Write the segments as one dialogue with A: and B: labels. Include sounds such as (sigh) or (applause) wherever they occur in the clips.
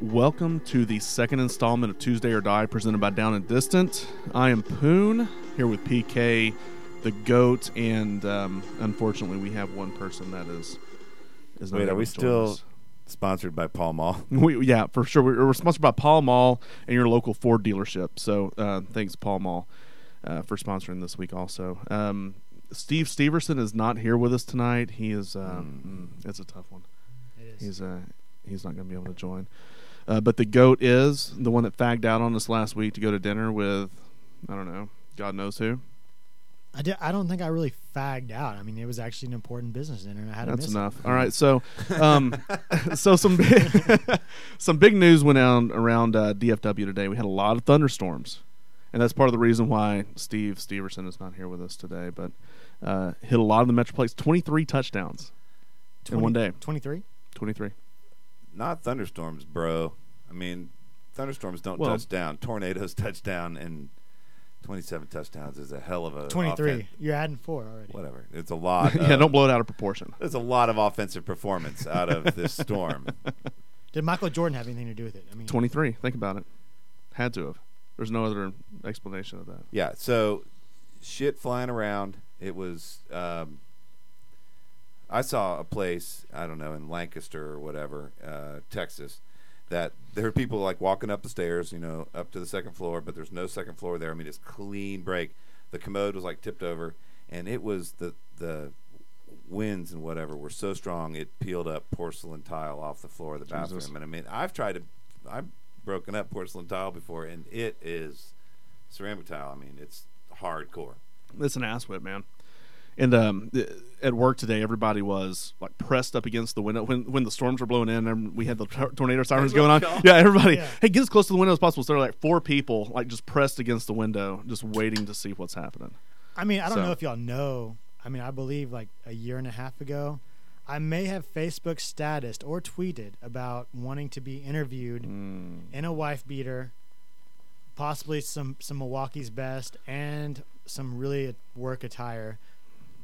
A: Welcome to the second installment of Tuesday or Die presented by Down and Distant. I am Poon here with PK, the goat, and um, unfortunately we have one person that is is not
B: Wait, are
A: able
B: we
A: to join
B: still
A: us.
B: sponsored by Paul Mall? (laughs)
A: We, yeah, for sure. We're, we're sponsored by Paul Mall and your local Ford dealership. So uh, thanks, Paul Mall, uh, for sponsoring this week. Also, um, Steve Steverson is not here with us tonight. He is. Uh,
B: Hmm.
A: mm, It's a tough one.
C: It is.
A: He's uh, he's not going to be able to join. Uh, but the goat is the one that fagged out on us last week to go to dinner with, I don't know, God knows who.
C: I, di- I don't think I really fagged out. I mean, it was actually an important business dinner, and I had to
A: That's
C: miss
A: enough. All right, so um, (laughs) so some big, (laughs) some big news went out around uh, DFW today. We had a lot of thunderstorms, and that's part of the reason why Steve Steverson is not here with us today. But uh, hit a lot of the Metroplex, twenty three touchdowns
C: it.
A: in one day, Uh,
C: twenty three.
A: twenty three.
B: Not thunderstorms, bro. I mean, thunderstorms don't
A: Well-
B: touch down. Tornadoes (laughs) touch down, and 27 touchdowns is a hell of a
C: Twenty three.
B: offen-
C: You're adding four already.
B: Whatever. It's
A: (laughs)
B: a lot.
A: yeah,
B: of-
A: don't blow it out of proportion.
B: There's a lot of offensive performance out of this
A: (laughs)
B: storm.
C: Did Michael Jordan have anything to do with it? I mean,
A: 23. Think about it. Had to have. There's no other explanation of that.
B: Yeah. So shit flying around. It was. Um, I saw a place I don't know in Lancaster or whatever, uh, Texas, that there were people like walking up the stairs, you know, up to the second floor, but there's no second floor there. I mean, it's clean break. The commode was like tipped over, and it was the the winds and whatever were so strong it peeled up porcelain tile off the floor of the bathroom.
A: Jesus.
B: And I mean, I've tried to, I've broken up porcelain tile before, and it is ceramic tile. I mean, it's hardcore.
A: It's an ass whip, man. And um, th- at work today, everybody was like pressed up against the window when when the storms were blowing in, and we had the tor- tornado (laughs) sirens going on. Oh, Yeah, everybody,
C: Yeah.
A: hey, get as close to the window as possible. So there were like four people, like just pressed against the window, just waiting to see what's happening.
C: I mean, I don't
A: So-
C: know if y'all know. I mean, I believe like a year and a half ago, I may have Facebook statused or tweeted about wanting to be interviewed
A: Hmm.
C: in a wife beater, possibly some some Milwaukee's best and some really work attire,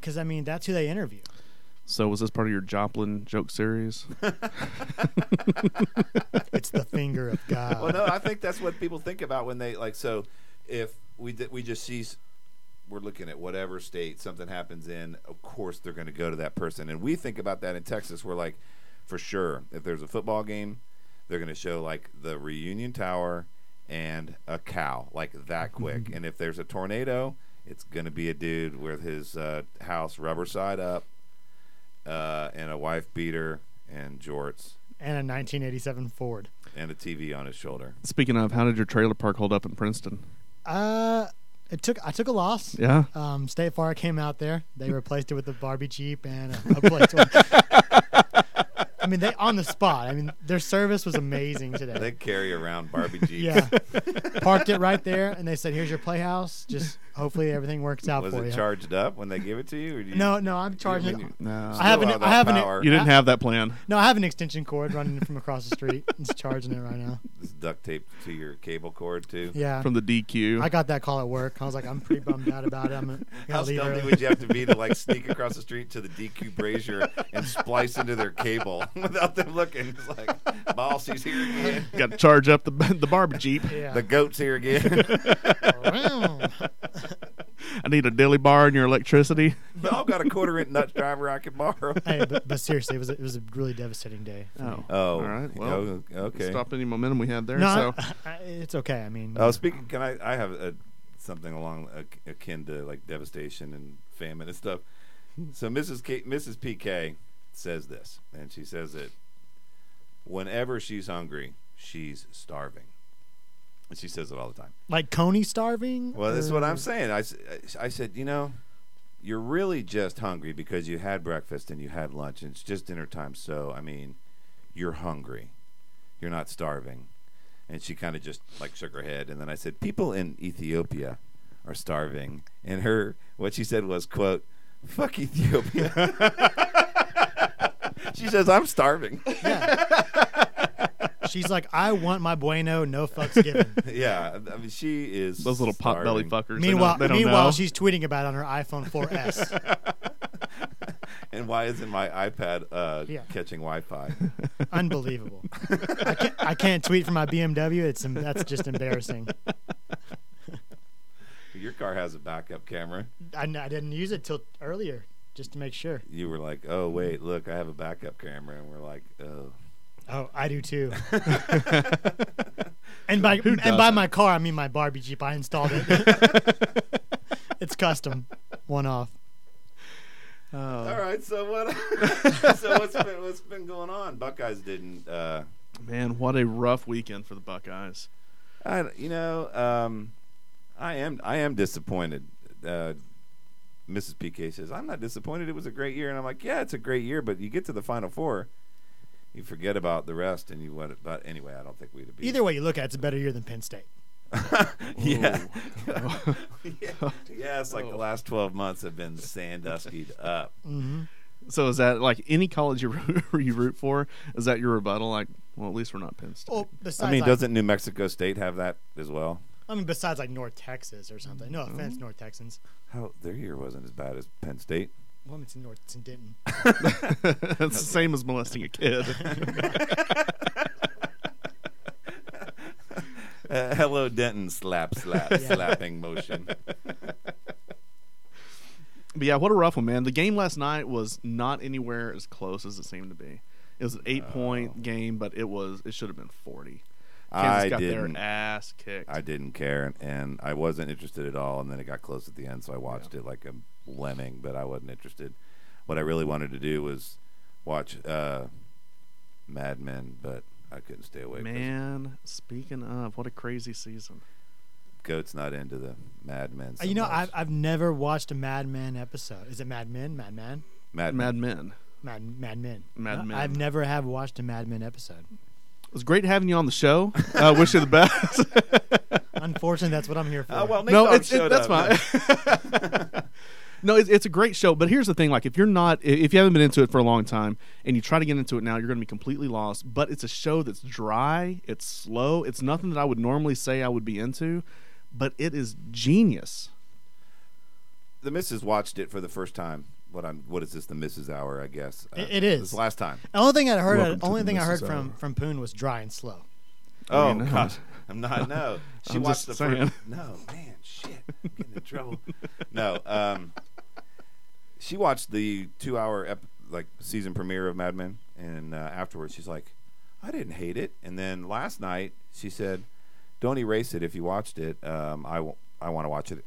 C: because I mean that's who they interview.
A: So was this part of your Joplin joke (laughs) series?
C: It's the finger
A: (laughs)
C: of God.
B: well, no, I think that's what people think about when they like. So, if we did, we just see, s- we're looking at whatever state something happens in. Of course, they're going to go to that person, and we think about that in Texas. We're like, for sure, if there's a football game, they're going to show like the reunion tower and a cow like that quick. and if there's a tornado, it's going to be a dude with his uh, house rubber side up, uh, and a wife beater and jorts
C: and a 1987 Ford.
B: and a TV on his shoulder.
A: Speaking of, how did your trailer park hold up in Princeton?
C: Uh, it took I took a loss.
A: (laughs) Yeah,
C: Um, State Farm came out there. They replaced it with a Barbie Jeep and a, a place.
B: (laughs)
C: I mean, they on the spot. I mean, their service was amazing
B: (laughs)
C: today.
B: They carry around
C: (laughs)
B: Barbie Jeeps.
C: yeah, parked it right there, and they said, "Here's your playhouse. Just hopefully everything works out
B: Was
C: for
B: it
C: you."
B: charged up when they give it to you? Or do you
C: no, no, I'm charging.
B: mean
C: it.
B: you-
A: (laughs) no,
C: I have
B: Still
C: an
B: out
C: I
B: that
C: have
B: power.
C: an
A: you didn't have that plan.
C: no, I have an extension cord running from across the street. It's charging it
B: (laughs)
C: right now.
B: It's duct taped to your cable cord too.
C: Yeah,
A: From the DQ, (laughs)
C: I got that call at work. I was like, I'm pretty bummed out about it. I'm gonna,
B: How
C: leave
B: stealthy
C: early.
B: would you have to be to like
C: (laughs)
B: sneak across the street to the DQ brazier and splice into their cable (laughs) without them looking? It's like, boss, he's here again.
A: (laughs) got to charge up the the Barbie Jeep. (laughs)
C: Yeah.
B: The goat's here
C: (laughs)
B: again. (laughs)
A: I need a dilly bar and your
B: (laughs)
A: electricity.
B: Y'all got a quarter inch nut driver I can borrow.
C: hey, but, but seriously, it was a, it was a really devastating day. for me.
A: Oh,
B: Oh,
A: all right. Well,
B: oh, okay.
A: stopped any momentum we had there.
C: no,
A: so,
C: (laughs) I- I- it's okay. I mean,
B: Oh, speaking, can I? I have a, something along ac- akin to like devastation and famine and stuff. So Mrs. K, Mrs. PK says this, and she says it whenever she's hungry, she's starving. And she says it all the time.
C: like Coney starving.
B: Well, that's what
C: or-
B: I'm saying. I, s- I said, you know, you're really just hungry because you had breakfast and you had lunch, and it's just dinner time. So, I mean, you're hungry. You're not starving. And she kind of just like shook her head. And then I said, people in Ethiopia are starving. And her, what she said was, quote, fuck Ethiopia. (laughs) she says, I'm starving. (laughs)
C: She's like, I want my bueno, no fucks given.
B: yeah. I mean, she is.
A: those little pot belly
B: starving.
A: fuckers. they (laughs)
C: meanwhile,
A: don't- they don't
C: meanwhile,
A: know.
C: she's tweeting about it on her iPhone 4S.
B: and why isn't my iPad uh,
C: Yeah.
B: catching Wi-Fi?
A: (laughs)
C: Unbelievable. I can't, I can't tweet from my BMW. It's em- that's
A: (laughs)
C: just embarrassing.
B: Your car has a backup camera.
C: I, n- I didn't use it till earlier just to make sure.
B: You were like, "Oh wait, look, I have a backup camera," and we're like, "Oh."
C: Oh, I do too. And by
A: Who
C: and by
A: doesn't?
C: my car, I mean my Barbie Jeep. I installed
A: (laughs)
C: it. it's custom, one off.
A: Uh, Oh,
B: All right, so what? (laughs) so what's been what's been going on? Buckeyes didn't. Uh,
A: Man, what a rough weekend for the Buckeyes.
B: I, you know, um, I am I am disappointed. Uh, Mrs. PK says I'm not disappointed. It was a great year, and I'm like, yeah, it's a great year. But you get to the Final Four, you forget about the rest, and you what? But anyway, I don't think we'd have beat.
C: Either way you look at it, it's a better year than Penn State.
B: (laughs) yeah.
A: Ooh.
B: yeah, (laughs) yeah. It's like the last 12 months have been sanduskied up.
C: Mm-hmm.
A: So is that like any college you root, (laughs) you root for? Is that your rebuttal? Like, well, at least we're not Penn State. (laughs)
C: Well, besides,
B: I mean,
C: like,
B: doesn't New Mexico State have that as well?
C: I mean, besides like North Texas or something. No
A: Mm-hmm.
C: offense, North Texans.
B: How their year wasn't as bad as Penn (laughs) State.
C: Well, it's in North, it's in
A: (laughs)
C: Denton.
A: That's the same as molesting a kid.
B: Uh, hello, Denton. Slap, slap,
C: Yeah.
B: slapping motion.
A: but yeah, what a rough one, man. The game last night was not anywhere as close as it seemed to be. It was an
B: Oh.
A: eight-point game, but it was it should have been forty. Kansas
B: I
A: got
B: didn't.
A: their ass kicked.
B: I didn't care, and, and I wasn't interested at all. And then it got close at the end, so I watched it like a lemming, but I wasn't interested. What I really wanted to do was watch uh, Mad Men, but I couldn't stay awake. 'cause
A: man, speaking of, what a crazy season.
B: Goat's not into the Mad Men. so
C: Uh, you know,
B: much.
C: I've, I've never watched a Mad Men episode. Is it Mad Men? Mad Men?
B: Mad,
A: Mad Men.
C: Mad Mad Men.
A: Mad
C: No,
A: Men.
C: I've never have watched a Mad Men episode.
A: It was great having you on the
B: (laughs)
A: show. I wish you the best.
C: Unfortunately, that's what I'm
A: (laughs)
C: here for.
A: Uh,
B: Oh, well, Nick
A: no,
B: Dog
A: it's it,
B: showed
A: that's
B: up.
A: fine. (laughs) no, it's, it's a great show. But here's the thing: like, if you're not, i- if you haven't been into it for a long time, and you try to get into it now, you're going to be completely lost. But it's a show that's dry. It's slow. It's nothing that I would normally say I would be into, but it is genius.
B: The missus watched it for the first time. What I'm? What is this? The missus hour, I guess. Uh,
C: It- it is.
B: This last time.
C: The only thing I heard,
A: Welcome to
C: only
A: the uh,
C: thing I heard
A: Mrs.
C: from
A: Hour.
C: from Poon was dry and slow.
B: Oh
A: mean, I'm- (laughs)
B: gosh, I'm not. No, she
A: I'm just
B: watched the
A: saying.
B: first. No, man, shit, I'm getting in trouble. No, um, she watched the two-hour ep- like season premiere of Mad Men, and uh, afterwards she's like, "I didn't hate it." And then last night she said, "Don't erase it if you watched it. Um, I w- I want to watch it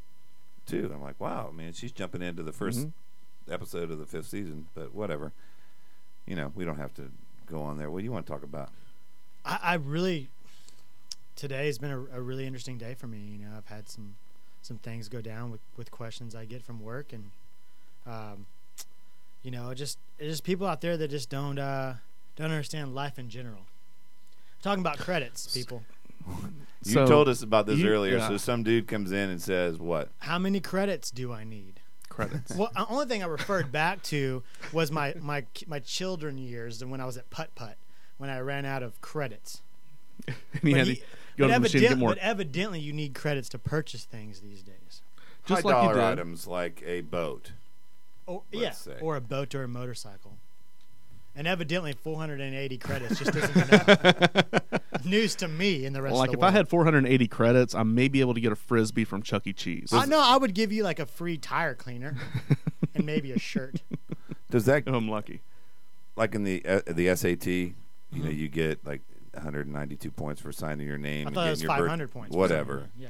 B: too." I'm like, "Wow, man, she's jumping into the 1st
A: Mm-hmm.
B: episode of the fifth season." But whatever, you know, we don't have to go on there. What do you want to talk about?
C: I, I really today has been a, a really interesting day for me. You know, I've had some some things go down with with questions I get from work, and um, you know, just it's just people out there that just don't uh, don't understand life in general. talking about credits, people.
B: You
A: So,
B: told us about this
A: you-
B: earlier.
A: yeah.
B: So some dude comes in and says, "What?
C: How many credits do I need?
A: Credits.
C: Well, the only thing I referred back to was my my my children years and when I was at putt putt when I ran out of credits.
A: (laughs) and he
C: But
A: had to
C: he-
A: go to the
C: but
A: machine and get
C: evident-
A: more.
C: But evidently, you need credits to purchase things these days.
A: Just
B: High
A: like you
B: dollar
A: did.
B: items like a boat."
C: Or yeah,
B: Let's say.
C: or a boat or a motorcycle. And evidently, 480 credits just
A: (laughs)
C: isn't enough. News to me in the rest
A: Like
C: of
A: if
C: the world.
A: I had 480 credits, I may be able to get a frisbee from Chuck E. Cheese.
C: I know I would give you like a free
A: (laughs)
C: tire cleaner and maybe a shirt.
B: Does that
A: if Oh, I'm lucky.
B: like in the uh, the SAT? You
A: Mm-hmm.
B: know, you get like 192 points for signing your name.
C: I
B: and
C: thought it
B: getting
C: was
B: your birth-
C: 500 points. or
B: Whatever.
C: something. Yeah.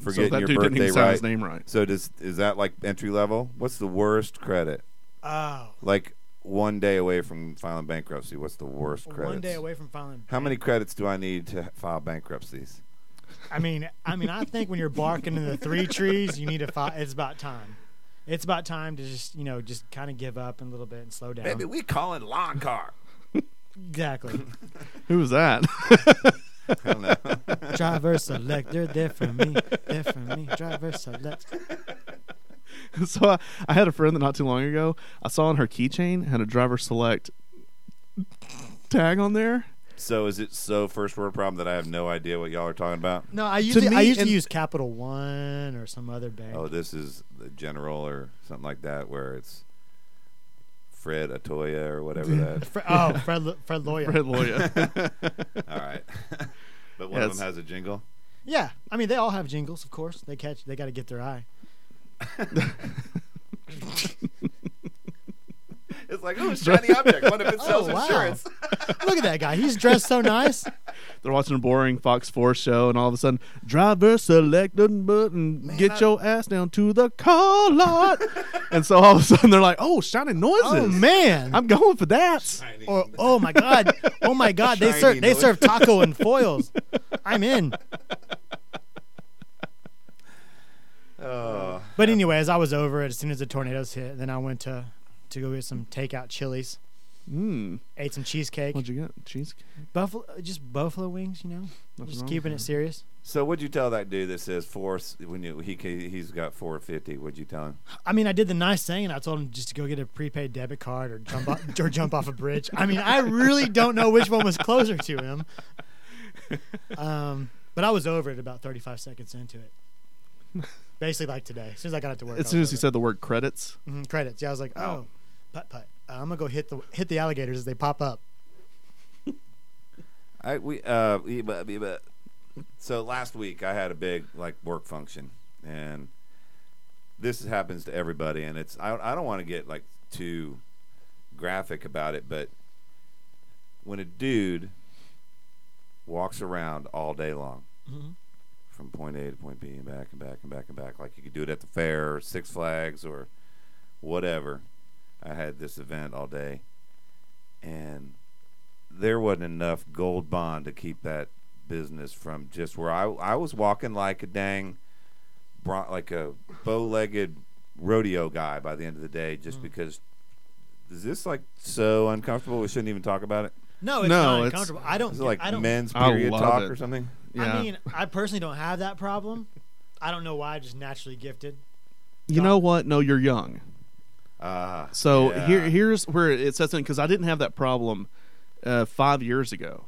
A: So
B: Forgetting
A: that
B: your
A: dude didn't
B: birthday
A: even sign
B: right.
A: his name right.
B: So does is that like entry level? What's the worst credit?
C: Oh,
B: Like one day away from filing bankruptcy. What's the worst
C: one
B: credit?
C: day away from filing.
B: How many credits do I need to file bankruptcies?
C: I mean, I mean, I think when you're barking in the three trees, you need to file. It's about time. It's about time to just you know just kind of give up a little bit and slow down.
B: Baby, we calling lawn car.
A: (laughs)
C: Exactly.
A: Who was that? (laughs)
B: I don't know.
C: Driver select, they're there for me. They're for me. Driver select.
A: (laughs) so I, I had a friend that not too long ago I saw on her keychain had a driver select tag on there.
B: So is it so first world problem that I have no idea what y'all are talking about?
C: No, I usually
A: me,
C: I used to
A: and-
C: use Capital One or some other bank.
B: Oh, this is the general or something like that where it's Fred Atoya or whatever that.
C: Fre- oh, Fred, Lo- Fred Lawyer.
A: Fred
C: (laughs)
A: Loya.
B: All right. (laughs) but one of
A: Yes.
B: them has a jingle.
C: Yeah, I mean they all have jingles, of course. They catch. They got to get their eye.
B: It's like, oh, shiny object. What if it sells
C: (laughs) Oh, wow.
B: insurance?
C: Look at that guy. He's dressed
A: (laughs)
C: so nice.
A: (laughs) They're watching a boring Fox 4 show, and all of a sudden, driver select the button, get
B: I-
A: your ass down to the car
C: (laughs)
A: lot. and so all of a sudden, they're like, oh, shiny noises.
C: Oh man.
A: I'm going for that.
B: Shiny.
C: or oh my god, oh my god, they serve
B: Shiny
C: they
B: noise.
C: serve taco and
A: (laughs)
C: foils. I'm in.
B: (laughs) oh.
C: But anyways, I was over it as soon as the tornadoes hit. Then I went to to go get some takeout chilies,
A: Mm.
C: ate some cheesecake,
A: What'd you get? Cheese?
C: buffalo, just buffalo wings. You know,
A: Nothing
C: just
A: wrong
C: keeping
A: with
C: it serious.
B: So what'd you tell that dude that says four? When you, he ca- he's got four fifty. What'd you tell him?
C: I mean, I did the nice thing, and I told him just to go get a prepaid debit card or jump off, or jump off a bridge. I mean, I really don't know which one was closer to him. Um, but I was over it about 35 seconds into it. Basically, like today, as soon as I got out to work.
A: As soon as he said the word credits,
C: hmm credits, yeah, I was like, oh, putt putt. Uh, I'm gonna go hit the hit the alligators as they pop up.
B: I we uh we- but- we- but- so last week I had a big like work function and this happens to everybody and it's I I don't want to get like too graphic about it but when a dude walks around all day long
C: Mhm.
B: from point A to point B and back and back and back and back like you could do it at the fair or Six Flags or whatever I had this event all day and there wasn't enough gold bond to keep that business from just where I I was walking like a dang, bron- like a bow-legged rodeo guy by the end of the day,
C: Mm.
B: just because. Is this like so uncomfortable? We shouldn't even talk about it.
C: No, it's
A: No,
C: not
A: it's-
C: uncomfortable. I don't.
B: Is it like
C: I don't.
B: men's
A: I
B: period
A: love
B: talk
A: it.
B: or something?
A: yeah.
C: I mean, I personally don't have that problem. I don't know why. I'm just naturally gifted.
A: you
C: uh,
A: know what? No, you're young.
B: Ah,
A: So
B: yeah.
A: here, here's where it sets in because I didn't have that problem uh, five years ago,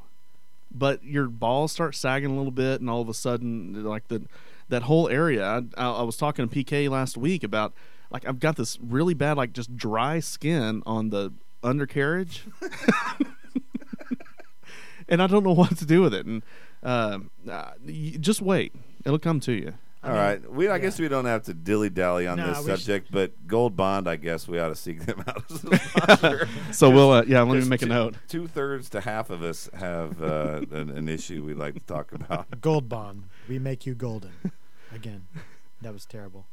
A: but your balls start sagging a little bit, and all of a sudden, like the that whole area. I, I, I was talking to PK last week about like I've got this really bad like just dry skin on the undercarriage, (laughs) and I don't know (laughs) what to do with it. And um, uh, y just wait, it'll come to you.
B: All right, we I guess we don't have to dilly dally on
C: No,
B: this
C: we should-
B: subject, but gold bond, I guess we ought to seek them (laughs) out as a sponsor.
A: So we'll uh, yeah, let me make a note.
B: Two thirds to half of us have uh, an, an issue we'd like to talk about. (laughs)
C: Gold bond. We make you golden. (laughs) Again, that was terrible.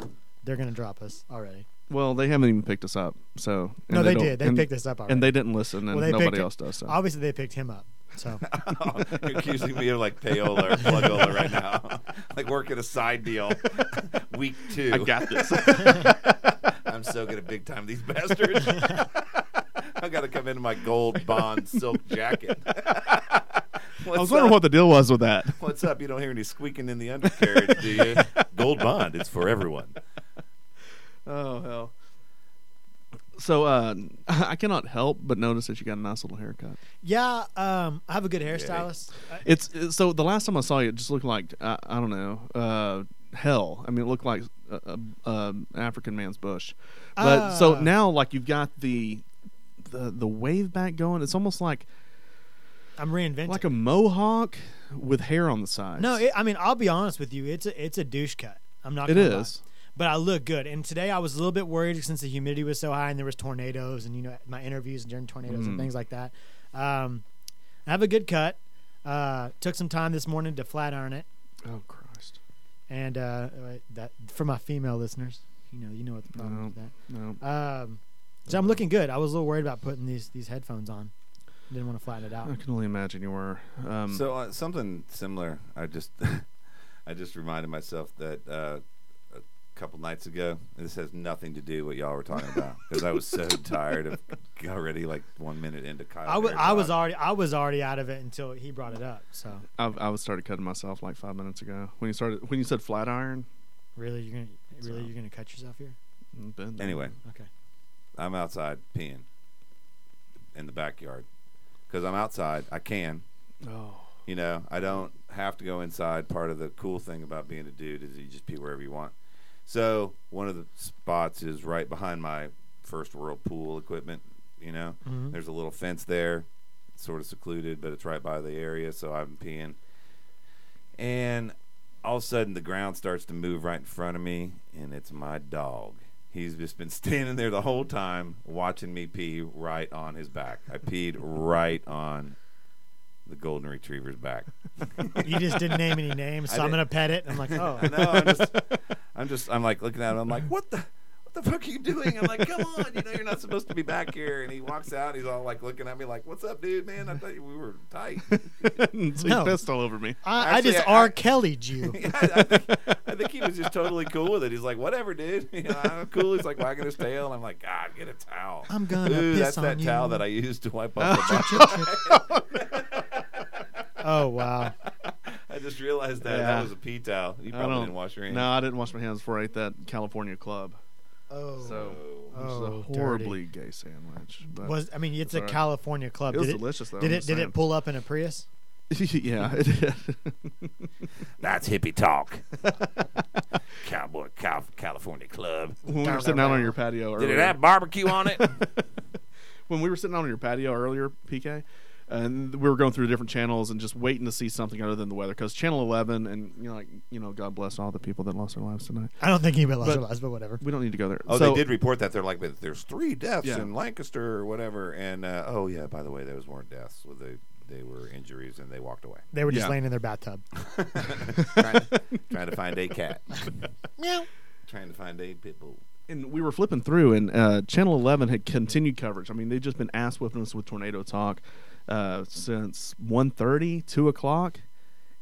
C: They're gonna drop us already.
A: Well, they haven't even picked us up. So and
C: no, they,
A: don't-
C: did. They
A: and-
C: picked us up already.
A: and they didn't listen, and
C: Well, they picked
A: nobody
C: it-
A: else does. So.
C: Obviously, they picked him up.
A: (laughs)
C: So
B: You're accusing me of like payola or plugola right now. (laughs) like working a side deal. Week two.
A: I got
B: (laughs)
A: this.
B: I'm so good at big time these bastards. (laughs) I got to come into my gold bond silk jacket. (laughs)
A: I
B: What's
A: was wondering
B: up?
A: what the deal was with (laughs) that.
B: What's up? You don't hear any squeaking in the undercarriage, do you? gold bond. It's for everyone.
A: Oh hell. So uh, (laughs) I cannot help but notice that you got a nice little haircut.
C: yeah, um, I have a good hairstylist. I-
A: It's, it's- so the last time I saw you, it just looked like I, I don't know uh, hell. I mean, it looked like a, a, a African man's bush. But so
C: Ah.
A: now, like you've got the the the wave back going. It's almost like
C: I'm reinventing.
A: like a mohawk with hair on the sides.
C: no, it, I mean I'll be honest with you. It's a it's a douche cut. I'm not.
A: it
C: gonna lie.
A: is.
C: But I look good. And today I was a little bit worried since the humidity was so high and there was tornadoes and you know my interviews during tornadoes
A: Mm.
C: and things like that. Um, I have a good cut. Uh, took some time this morning to flat iron it,
A: Oh Christ!
C: and uh, that for my female listeners, you know, you know what the problem is with that.
A: No.
C: Um, so I'm looking good. I was a little worried about putting these these headphones on. Didn't want to flatten it
A: I
C: out.
A: can only imagine you were. Um,
B: So uh, something similar. I just, (laughs) I just reminded myself that uh, a couple nights ago. and This has nothing to do what y'all were talking about because I was so tired of already like one minute into Kyle.
C: I was
B: Hair's
C: I was
B: talk.
C: already I was already out of it until he brought it up. So
A: I I was started cutting myself like five minutes ago when you started when you said flat iron.
C: really, you're gonna really
A: So-
C: you're gonna cut yourself here?
A: and bend it.
B: Anyway,
C: Okay.
B: I'm outside peeing in the backyard because I'm outside. I can.
A: oh, (laughs)
B: You know, I don't have to go inside. Part of the cool thing about being a dude is you just pee wherever you want. So one of the spots is right behind my first world pool equipment. You know,
A: Mm-hmm.
C: Mhm.
B: there's a little fence there, it's sort of secluded, but it's right by the area. So I'm peeing, and all of a sudden the ground starts to move right in front of me, and it's my dog. He's just been (laughs) standing there the whole time watching me pee right on his back. I peed right on the golden retriever's back. (laughs)
C: You just didn't
A: (laughs)
C: name any names, so
B: I
C: I'm
B: did-
C: gonna pet it. I'm like, oh,
B: I know. I'm just, I'm just, I'm like looking at him. I'm like, what the, what the fuck are you doing? I'm like, come on, you know, you're not supposed to be back here. And he walks out. He's all like looking at me, like, what's up, dude, man? I thought you- we were tight. (laughs)
A: so you
C: No.
A: pissed all over me.
C: I, I
B: Actually,
C: just
B: I-
C: R. Kelly'd you.
A: (laughs)
B: I, I, think, I think he was just totally cool with it. He's like, whatever, dude. (laughs) You know, I'm cool. He's like wagging his tail. And I'm like, God, get a towel.
C: I'm gonna
B: Ooh,
C: piss
B: that's
C: on
B: that
C: you.
B: towel that I used to
C: (laughs)
B: wipe off the bottom.
C: Oh wow.
B: (laughs) I just realized that
A: Yeah.
B: that was a pee towel. You
A: I
B: probably
A: don't-
B: didn't wash your hands.
A: No, I didn't wash my hands before I ate that California club.
C: Oh.
A: So
B: Oh.
A: it was a
C: Oh,
A: horribly gay sandwich. But
C: was I mean, it's
A: It's
C: a
A: all right.
C: California club.
A: it was
C: did
A: delicious though.
C: Did
A: I'm
C: it?
A: just
C: Did
A: saying.
C: it pull up in a Prius?
A: (laughs) yeah, it
C: (laughs)
A: did.
B: That's hippie (laughs) talk. Cowboy Cal- California Club.
A: when we were sitting out on your patio earlier.
B: Did it have barbecue on it?
A: when we were sitting out on your patio earlier, PK, and we were going through different channels and just waiting to see something other than the weather because Channel 11 and you know like you know God bless all the people that lost their lives tonight.
C: I don't think anybody lost
A: But-
C: their lives, but whatever.
A: We don't need to go there.
B: (laughs) oh,
A: so,
B: they did report that. They're like, but there's three deaths
A: Yeah.
B: in Lancaster or whatever. And uh, oh yeah, by the way, those weren't deaths. Well, They they were injuries and they walked
A: (laughs)
B: away.
C: They were just
A: Yeah.
C: laying in
B: (laughs)
C: their bathtub.
B: trying, to, trying to find a
A: (laughs)
B: cat.
C: Meow.
B: trying to find a pit bull.
A: And we were flipping through, and uh, Channel 11 had continued coverage. I mean, they've just been ass whipping us with tornado talk uh, since 1.30, 2 o'clock.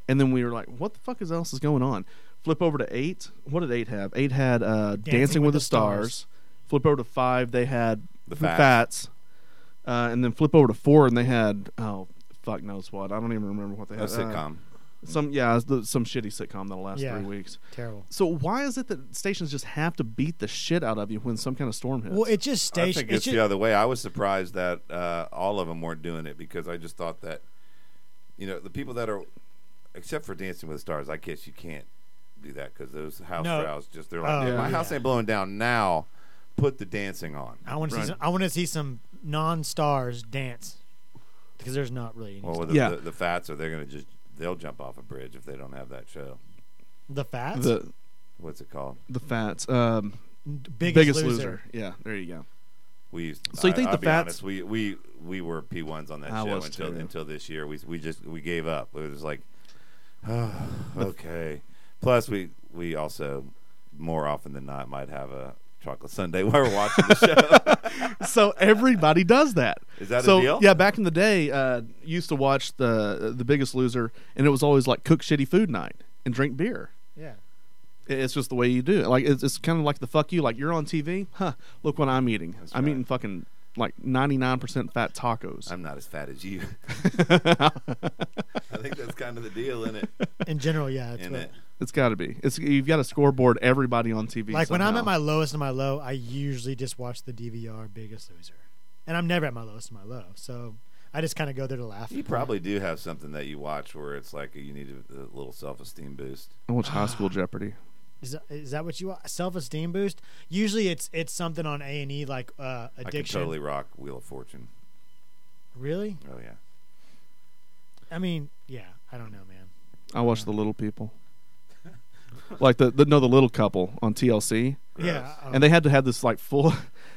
A: And then we were like, what the fuck is else is going on? Flip over to 8. What did 8 have? 8 had uh, Dancing, with, the stars. Flip over to 5, they had
B: The
A: Fats.
B: Fats.
A: Uh, and then flip over to 4, and they had, oh, fuck knows what. I don't even remember what they
B: A
A: had. Uh,
B: sitcom.
A: some, yeah, it was the, some shitty sitcom that'll last
C: Yeah.
A: three weeks.
C: Terrible.
A: So why is it that stations just have to beat the shit out of you when some kind of storm hits?
C: Well, it just
B: I
C: station.
B: think
C: It's
B: it's
C: just,
B: the other way. I was surprised that uh, all of them weren't doing it because I just thought that, you know, the people that are, except for Dancing with the Stars, I guess you can't do that because those house
C: No.
B: crowds just they're like,
C: Oh,
B: "Dude, my
A: yeah.
B: house ain't blowing down now. Put the dancing on.
C: I want to
A: Right.
C: see. Some, I want to see some non-stars dance because there's not really any
B: Well, with the,
A: Yeah.
B: the, the fats are they're gonna just they'll jump off a bridge if they don't have that show.
C: the fats.
A: the
B: What's it called?
A: the fats. Um,
C: biggest, loser.
A: Yeah, there you go.
B: We used,
A: So you
B: I,
A: think
B: I'll
A: the
B: be
A: Fats-
B: honest, we we we were p ones on that
A: I
B: show
A: was
B: until
A: too.
B: until this year. We we just we gave up. It was like, (sighs) "Ah, okay. Plus we we also more often than not might have a chocolate sundae (laughs) while we're watching the
A: (laughs)
B: show.
A: So everybody does that.
B: Is that a
A: so,
B: deal?
A: Yeah, back in the day, uh, used to watch the the Biggest Loser, and it was always like cook shitty food night and drink beer.
C: Yeah.
A: It- It's just the way you do it. Like it's, it's kind of like the fuck you. Like you're on TV. Huh? Look what I'm eating.
B: That's
A: I'm
B: right.
A: eating fucking like 99% fat tacos.
B: I'm not as fat as (laughs) you. I think that's kind of the
A: (laughs)
B: deal in it.
C: (laughs) In general, yeah. It's
B: In
C: what-
B: it.
A: it's got to be. It's you've got to scoreboard everybody on TV.
C: Like when I'm at
A: somehow.
C: my lowest and my low, I usually just watch the DVR Biggest Loser, and I'm never at my lowest and my low. So I just kind of go there to laugh.
B: You probably do have something that you watch where it's like you need a, a little self esteem boost.
A: I watch High School Jeopardy.
C: Is that, is that what you want? Self esteem boost? Usually it's it's something on A and E like uh, addiction.
B: I can totally rock Wheel of Fortune.
C: Really?
B: Oh yeah.
C: I mean, yeah. I don't know, man.
A: I watch the little people. like the, the no the little couple on TLC.
C: Yeah. uh,
A: And they had to have this like full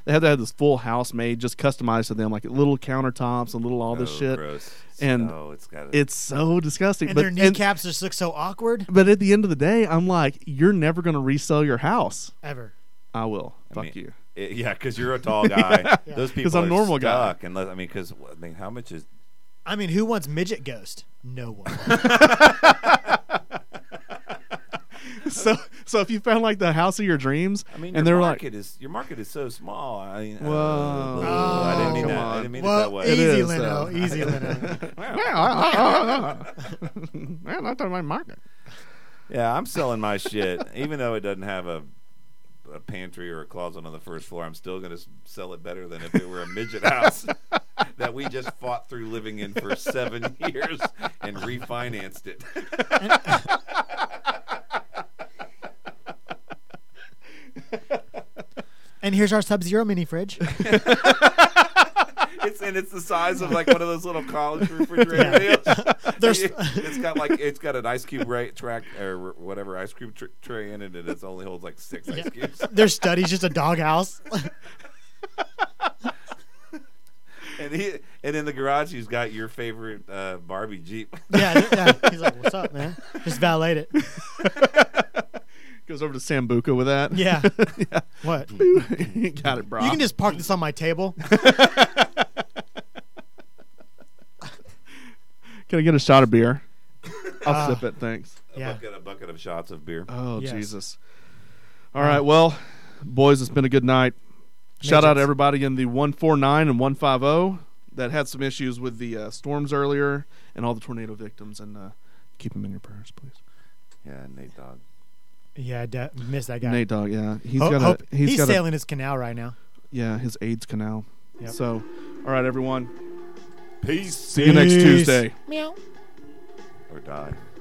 A: they had to have this full house made just customized to them like little countertops and little all this
B: Oh,
A: shit.
B: Gross.
A: And
B: oh, it's got
A: It's so disgusting.
C: and
A: but
C: their kneecaps just look so awkward.
A: and- but at the end of the day, I'm like, you're never going to resell your house.
C: Ever.
A: I will.
B: I
A: Fuck
B: mean,
A: you.
B: It, yeah, because you're a tall guy.
A: (laughs)
C: Yeah.
B: Those people
A: 'Cause I'm
B: are
A: normal guy.
B: stuck. Unless I mean, because I mean, how much is?
C: I mean, who wants midget ghost?
B: (laughs)
C: No one.
A: so so if you found like the house of your dreams,
B: I mean,
A: and
B: your
A: they're like,
B: market is your market is so small. I mean,
A: Whoa.
B: oh, I didn't mean
A: Come
B: that. I
A: on.
B: didn't mean it that
C: well,
B: way.
A: It
C: easy,
A: is,
C: Leno.
A: though. (laughs)
B: (laughs)
C: Easy, Leno.
A: man, I thought my market.
B: yeah, I'm selling my shit, even though it doesn't have a. A pantry or a closet on the first floor. I'm still going to sell it better than if it were a midget house (laughs) that we just fought through living in for seven (laughs) years and refinanced it. (laughs)
C: And here's our Sub Zero mini fridge.
B: and it's the size of like one of those little
C: (laughs)
B: college refrigerator deals.
C: There's-
B: (laughs) it's got like it's got an ice cube right track or whatever ice cream tr- tray in it, and it only holds like six ice cubes.
C: Their study's just
B: (laughs)
C: a doghouse.
B: And he and in the garage, he's got your favorite uh, Barbie Jeep. (laughs)
C: yeah, yeah. He's like, "What's up, man? Just valet it."
A: (laughs) Goes over to Sambuca with that.
C: Yeah.
A: (laughs) yeah.
C: (laughs)
B: (laughs)
C: What? You
A: Got it, bro.
C: can just park this on my table.
A: Can I get a shot of beer? I'll
C: Ah.
A: sip it, thanks.
B: A
C: Yeah. Uh,
B: bucket, a bucket of shots of beer.
A: Oh
C: Yes. Ah.
A: Jesus! All right, well, boys, it's been a good night. Shout out
C: Midgets.
A: to everybody in the one four nine and one five zero that had some issues with the uh, storms earlier and all the tornado victims, and uh, keep them in your prayers, please.
B: Yeah, Nate Dog.
C: Yeah, de- missed that guy.
A: Nate Dog, yeah, he's
C: Ho-
A: got
C: hope-
A: a he's got
C: sailing his canal right now.
A: a yeah his AIDS canal.
C: Yep.
A: So, all right, everyone,
B: Peace
A: see you next
C: Peace.
A: Tuesday.
C: Meow.
B: or die.